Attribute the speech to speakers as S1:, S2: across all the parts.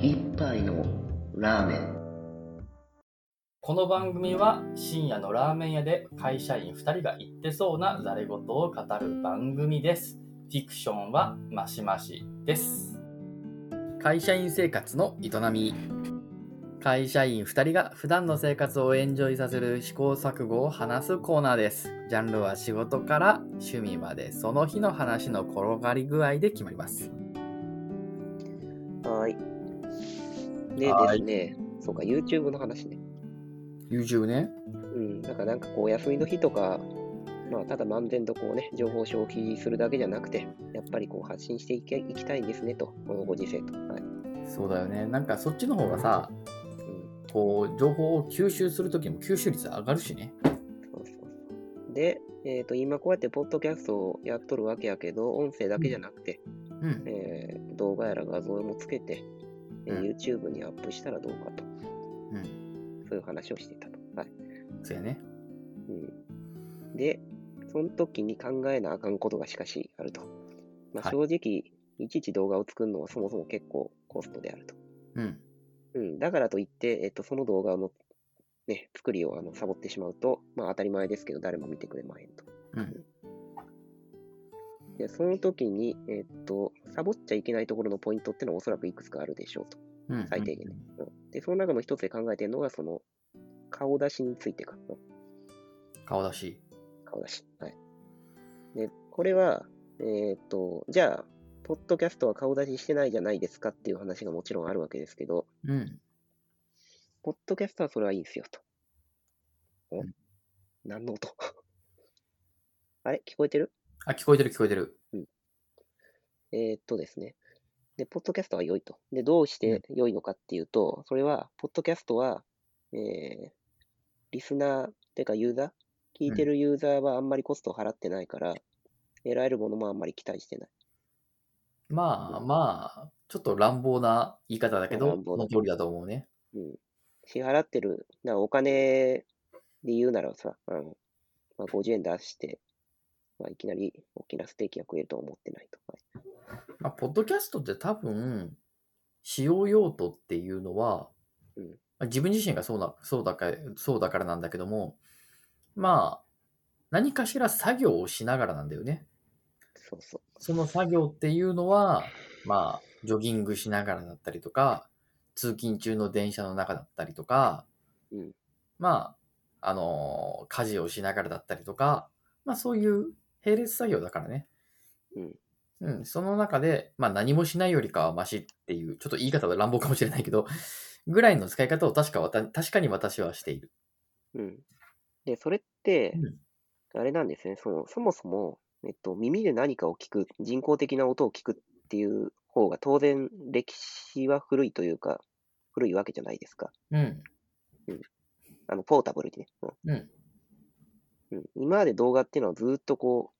S1: 一杯のラーメン
S2: この番組は深夜のラーメン屋で会社員2人が言ってそうなざれ言を語る番組です。フィクションはマシマシです。会社員生活の営み会社員2人が普段の生活をエンジョイさせる試行錯誤を話すコーナーです。ジャンルは仕事から趣味までその日の話の転がり具合で決まります。
S1: はいで
S2: は
S1: で
S2: い
S1: すねそうか YouTube の話ね
S2: YouTube ね。
S1: うんなんかなんかこう休みの日とかまあただ漫然とこうね情報消費するだけじゃなくてやっぱりこう発信していけいきたいんですねとこのご時世とはい、
S2: そうだよね。なんかそっちの方がさ、
S1: うん、
S2: こう情報を吸収する時も吸収率上がるしね。
S1: そうそうそうで、えっと今こうやってポッドキャストをやっとるわけやけど音声だけじゃなくて、
S2: うん。
S1: えー動画やら画像もつけて、えー
S2: うん
S1: YouTube にアップしたらどうかと、
S2: うん。
S1: そういう話をしてたと。はい
S2: そうやね。
S1: うん、で、その時に考えなあかんことがしかしあると。まあ、
S2: はい
S1: 正直、い、ちいち動画を作るのはそもそも結構コストであると。
S2: うん。
S1: うん、だからといって、えっと、その動画の、ね、作りをあのサボってしまうと、まあ、当たり前ですけど、誰も見てくれまへんと。
S2: うん。
S1: で、その時に、えっと、サボっちゃいけないところのポイントってのはおそらくいくつかあるでしょうと。
S2: うん。
S1: 最低限ね。うんで、その中の一つで考えてるのが、その、顔出しについてか。うん
S2: 顔出し。
S1: 顔出し。はい。で、これは、えーっと、じゃあ、ポッドキャストは顔出ししてないじゃないですかっていう話がもちろんあるわけですけど、
S2: うん。
S1: ポッドキャストはそれはいいんですよと。お
S2: うん
S1: 何の音 あれ聞こえてる
S2: あ、聞こえてる聞こえてる。
S1: えーっとですね。で、ポッドキャストは良いと。で、どうして良いのかっていうと、それは、ポッドキャストは、えー、リスナー、てかユーザー聞いてるユーザーはあんまりコストを払ってないから、得られるものもあんまり期待してない。
S2: まあまあ、ちょっと乱暴な言い方だけど、
S1: 乱暴
S2: そ
S1: だ
S2: の通りだと思うね。
S1: うん、支払ってる、なお金で言うならさ、あのまあ、50円出して、まあ、いきなり大きなステーキが食えるとは思ってないとか。
S2: まあ、ポッドキャストって多分、使用用途っていうのは、
S1: うん
S2: まあ自分自身がそうだそうだかそうだからなんだけども、まあ、何かしら作業をしながらなんだよね。
S1: そうそ
S2: その作業っていうのは、まあ、ジョギングしながらだったりとか、通勤中の電車の中だったりとか、
S1: うん
S2: まあ、あのー家事をしながらだったりとか、まあそういう並列作業だからね。
S1: うん。
S2: うん、その中で、まあ何もしないよりかはマシっていう、ちょっと言い方は乱暴かもしれないけど、ぐらいの使い方を確かわた、確かに私はしている。
S1: う。うん。で、それって
S2: うん、
S1: あれなんですね。そのそもそも、えっと、耳で何かを聞く、人工的な音を聞くっていう方が当然歴史は古いというか、古いわけじゃないですか。
S2: うん。
S1: あの、ポータブルにね。うん
S2: うん。
S1: うん、今まで動画っていうのはずーっとこ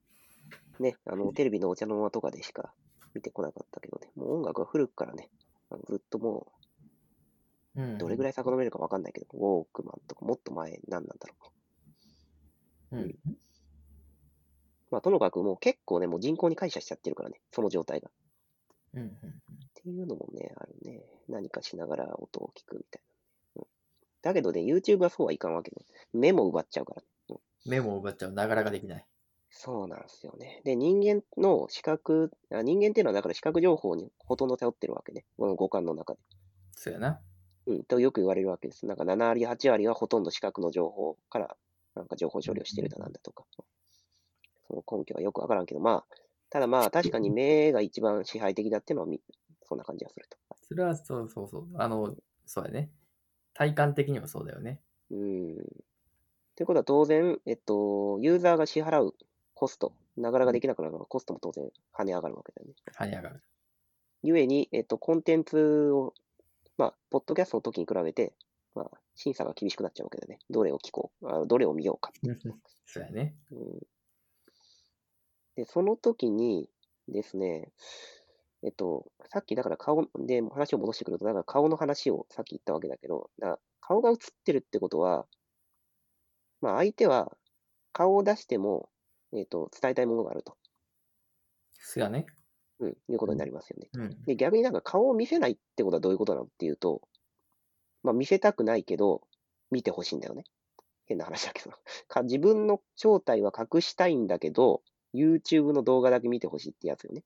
S1: う、ね、あの、テレビのお茶の間とかでしか見てこなかったけどね、もう音楽は古くからね、あのずっとも
S2: うん、
S1: う、どれぐ
S2: らい
S1: らい遡れるかわかんないけど、ウォークマンとかもっと前なんなんだろう。
S2: うん。
S1: まあ、ともかくもう結構ね、もう人口に感謝しちゃってるからね、その状態が。
S2: うん。うん。
S1: っていうのもね、あるね。何かしながら音を聞くみたいな。うん、だけどね、YouTube はそうはいかんわけね。目も奪っちゃうからね。うん
S2: メモを奪っちゃう。なかなかできない。
S1: そうなんですよね。で、人間の視覚、あ人間っていうのはだから視覚情報にほとんど頼ってるわけね。この五感の中で。
S2: そうやな。
S1: うん、とよく言われるわけです。なんか7割、8割はほとんど視覚の情報から、なんか情報処理をしてるだなんだとか。その根拠はよくわからんけど、まあ、ただまあ確かに目が一番支配的だっていうのはみ、そんな感じがすると。
S2: それはそうそうそう。あの、そうやね。体感的にもそうだよね。
S1: うん。ということは当然、えっと、ユーザーが支払うコスト、なかなかできなくなるのはコストも当然跳ね上がるわけだよね。
S2: 跳ね上がる。
S1: ゆえに、えっと、コンテンツを、まあ、ポッドキャストの時に比べて、まあ、審査が厳しくなっちゃうわけだよね。どれを聞こう、あどれを見ようか。
S2: そうやね。
S1: うんで、その時にですね、えっと、さっきだから顔で話を戻してくると、だから顔の話をさっき言ったわけだけど、だから顔が映ってるってことは、まあ相手は顔を出しても、えっと、伝えたいものがあると。
S2: そうやね。
S1: うん、いうことになりますよね。
S2: うん。
S1: で、逆になんか顔を見せないってことはどういうことなのっていうと、まあ見せたくないけど、見てほしいんだよね。変な話だけど。 か自分の正体は隠したいんだけど、YouTube の動画だけ見てほしいってやつよね。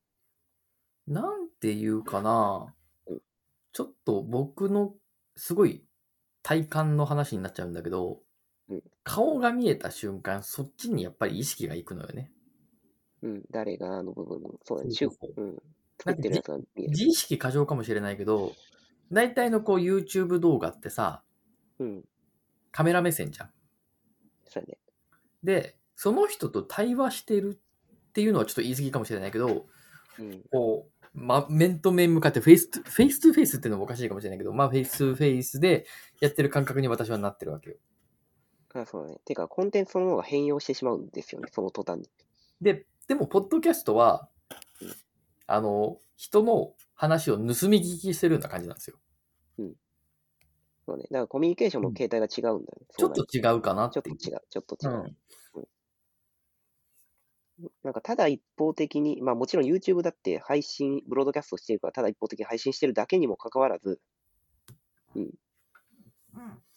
S2: なんていうかな
S1: うん、
S2: ちょっと僕のすごい体感の話になっちゃうんだけど
S1: うん、
S2: 顔が見えた瞬間、そっちにやっぱり意識がいくのよね。
S1: うん、誰があの部分、そうだね、
S2: そう
S1: 中
S2: そうそう
S1: うん、作ってるやつが見える。
S2: 自意識過剰かもしれないけど、大体のこう YouTube 動画ってさ、
S1: うん、
S2: カメラ目線じゃん。
S1: そうだね。
S2: で、その人と対話してるっていうのはちょっと言い過ぎかもしれないけど、
S1: うん、
S2: こう、ま、面と面向かってフェイスト、フェイストゥフェイスっていうのもおかしいかもしれないけど、まあフェイストゥフェイスでやってる感覚に私はなってるわけよ。
S1: あそうだね。てか、コンテンツそのものが変容してしまうんですよね、その途端に。
S2: で、でも、ポッドキャストは
S1: うん、
S2: あの、人の話を盗み聞きしてるような感じなんですよ。
S1: そうだね。だからコミュニケーションの形態が違うんだよね。
S2: ち
S1: そ
S2: ょ
S1: う
S2: っ
S1: な
S2: と
S1: る
S2: 違うかなっ
S1: ちょ
S2: て
S1: っと
S2: いう。
S1: 違う、ちょっと
S2: う
S1: 違う。
S2: ん。
S1: なんかただ一方的に、まあもちろん YouTube だって配信、ブロードキャストしてるから、ただ一方的に配信してるだけにもかかわらず、うん。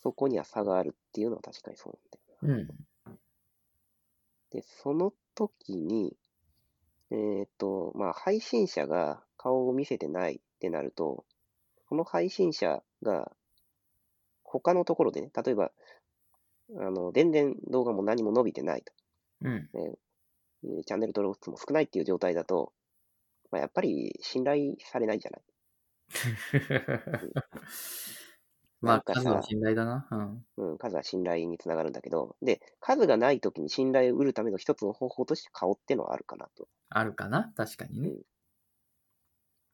S1: そこには差があるっていうのは確かにそうなんだよ
S2: うん。
S1: な。で、その時に、えっ、と、まあ配信者が顔を見せてないってなると、この配信者が他のところでね、例えば、あの、全然動画も何も伸びてないと。
S2: うん。
S1: えーチャンネル登録数も少ないっていう状態だと、まあ、やっぱり信頼されないじゃない。
S2: ま
S1: な
S2: あ、
S1: んかさ
S2: 数の信頼だな。うん。
S1: うん、数は信頼につながるんだけど、で、数がない時に信頼を得るための一つの方法として顔ってのはあるかなと。
S2: あるかな確かにね。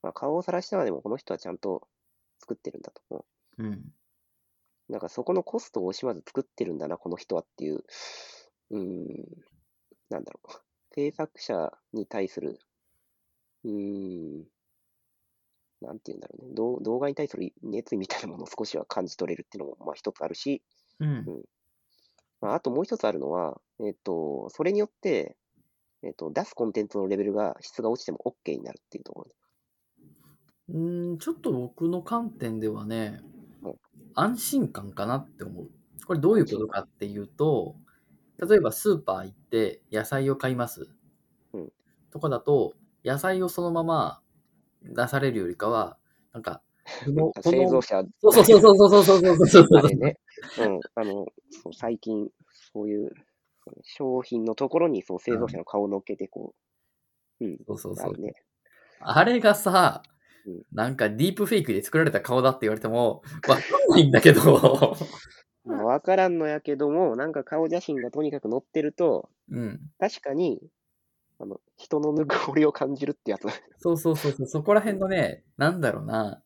S1: まあ、顔を晒したらでもこの人はちゃんと作ってるんだと思
S2: うん。
S1: う。なんかそこのコストを惜しまず作ってるんだな、この人はっていう、うーん、なんだろう。制作者に対する、うーん、なんて言うんだろうね。動動画に対する熱意みたいなものを少しは感じ取れるっていうのも、まあ一つあるし、
S2: うん。
S1: まあ、あともう一つあるのは、えっ、と、それによって、えっ、と、出すコンテンツのレベルが、質が落ちても OK になるっていうところ。
S2: うん、ちょっと僕の観点ではね
S1: うん、
S2: 安心感かなって思う。これどういうことかっていうと、例えばスーパー行って野菜を買います。
S1: うん
S2: とかだと、野菜をそのまま出されるよりかは、なんか、こ のこ
S1: 製造
S2: の
S1: 者、
S2: そうそうそうそうそうそうそうそうそう
S1: あれね、うん、あの、そう最近、そういう、商品のところに、そう、製造者の顔を乗っけて、こう、うん、
S2: そうそう
S1: あ
S2: そう
S1: る。ね。
S2: あれがさ
S1: うん、
S2: なんかディープフェイクで作られた顔だって言われても、わかんないんだけ ど、
S1: まあわからんのやけども、なんか顔写真がとにかく載ってると、
S2: うん。
S1: 確かに、あの、人のぬくもりを感じるってやつ。
S2: そうそうそうそう、そこら辺のね、なんだろうな、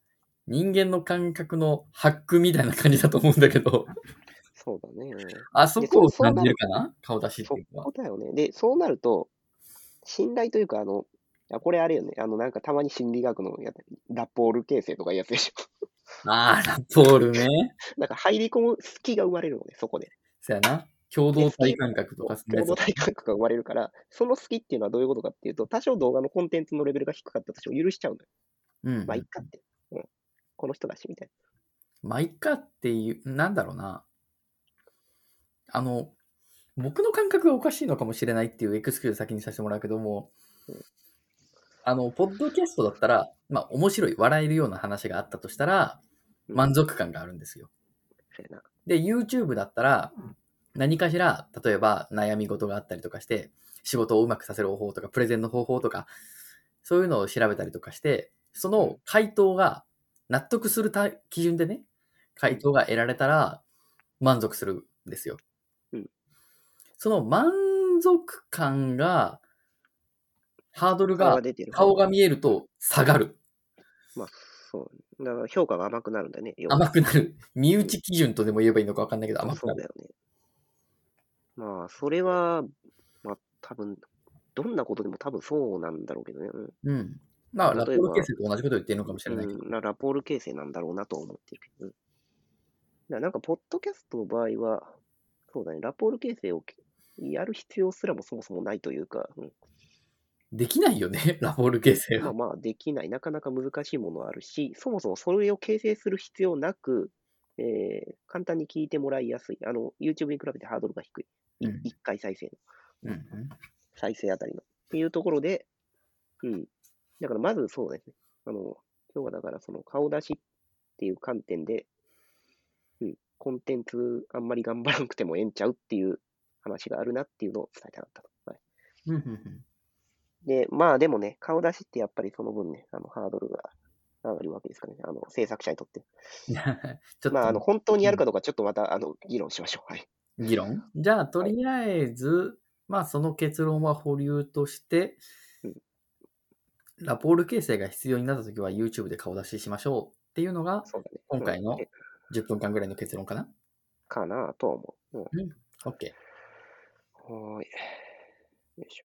S2: 人間の感覚のハックみたいな感じだと思うんだけ ど、
S1: そうだね。
S2: あそこを
S1: そうそうな
S2: 感じ
S1: る
S2: るかな顔出しって
S1: そ
S2: いうのは
S1: こ。だよね。で、そうなると、信頼というか、あの、あこれあれよね。あの、なんかたまに心理学のやつ、ラポール形成とかいうやつでし
S2: ああ、ラポールね。
S1: ょ。なんか入り込む隙が生まれるのね、そこで。
S2: そやな。共同体感覚とかそんな
S1: 共
S2: やつ
S1: 同体感覚が生まれるから、その隙っていうのはどういうことかっていうと、多少動画のコンテンツのレベルが低かったとしても許しちゃうのよ。
S2: うん
S1: まあ、いっかって。うん。この人だし、みたい
S2: まあ、いっかっていう、なんだろうな。あの、僕の感覚がおかしいのかもしれないっていうエクスキューズ先にさせてもらうけども
S1: うん、
S2: あの、ポッドキャストだったら、まあ、面白い、笑えるような話があったとしたら、
S1: うん
S2: 満足感があるんですよ。
S1: な。そうやな。
S2: で、YouTube だったら、何かしら、例えば悩み事があったりとかして、仕事をうまくさせる方法とか、プレゼンの方法とか、そういうのを調べたりとかして、その回答が納得するた基準でね、回答が得られたら満足するんですよ。
S1: うん
S2: その満足感が、ハードル
S1: 顔
S2: が
S1: が、出てる。
S2: 顔が見えると下がる。
S1: まあ、そう。だから評価が甘くなるんだね。要は
S2: 甘くなる。身内基準とでも言えばいいのか分かんないけど、甘く
S1: そ
S2: な
S1: う
S2: る。
S1: だよね。まあ、それは、まあ、多分どんなことでも多分そうなんだろうけどね。うん
S2: うん。まあ、ラッ
S1: 例
S2: プ
S1: えば
S2: ルケースと同じことを言ってるのかもしれないけど。
S1: うん、なラポール形成なんだろうなとは思ってるけど。うんだからなんか、ポッドキャストの場合は、そうだね、ラポール形成をやる必要すらもそもそもないというか、うん
S2: できないよね、 ラフォール形成
S1: まあ
S2: は。
S1: まあ、できない、なかなか難しいものはあるし、そもそもそれを形成する必要なく、えー簡単に聞いてもらいやすい。あの、YouTube に比べてハードルが低い。い
S2: うん
S1: 1回再生の、
S2: うんうん
S1: 再生あたりの。っていうところで、うん。だからまずそうですね。あの、今日はだからその顔出しっていう観点で、うん、コンテンツあんまり頑張らなくてもええんちゃうっていう話があるなっていうのを伝えたかったと。はい
S2: うんうん
S1: で、まあでもね、顔出しってやっぱりその分ね、あのハードルが上がるわけですからね、あの制作者にとって。
S2: うんちょっ
S1: まああの
S2: と
S1: 本当にやるかどうか、ちょっとまたあの議論しましょう。はい。
S2: 議論じゃあ、とりあえず、まあ、その結論は保留として
S1: うん、
S2: ラポール形成が必要になったときは YouTube で顔出ししましょうっていうのが
S1: そうだね。
S2: 今回の
S1: うんえ
S2: 10分間ぐらいの結論かな
S1: かなとは思う。うん
S2: ?OK。
S1: はーい。よいしょ。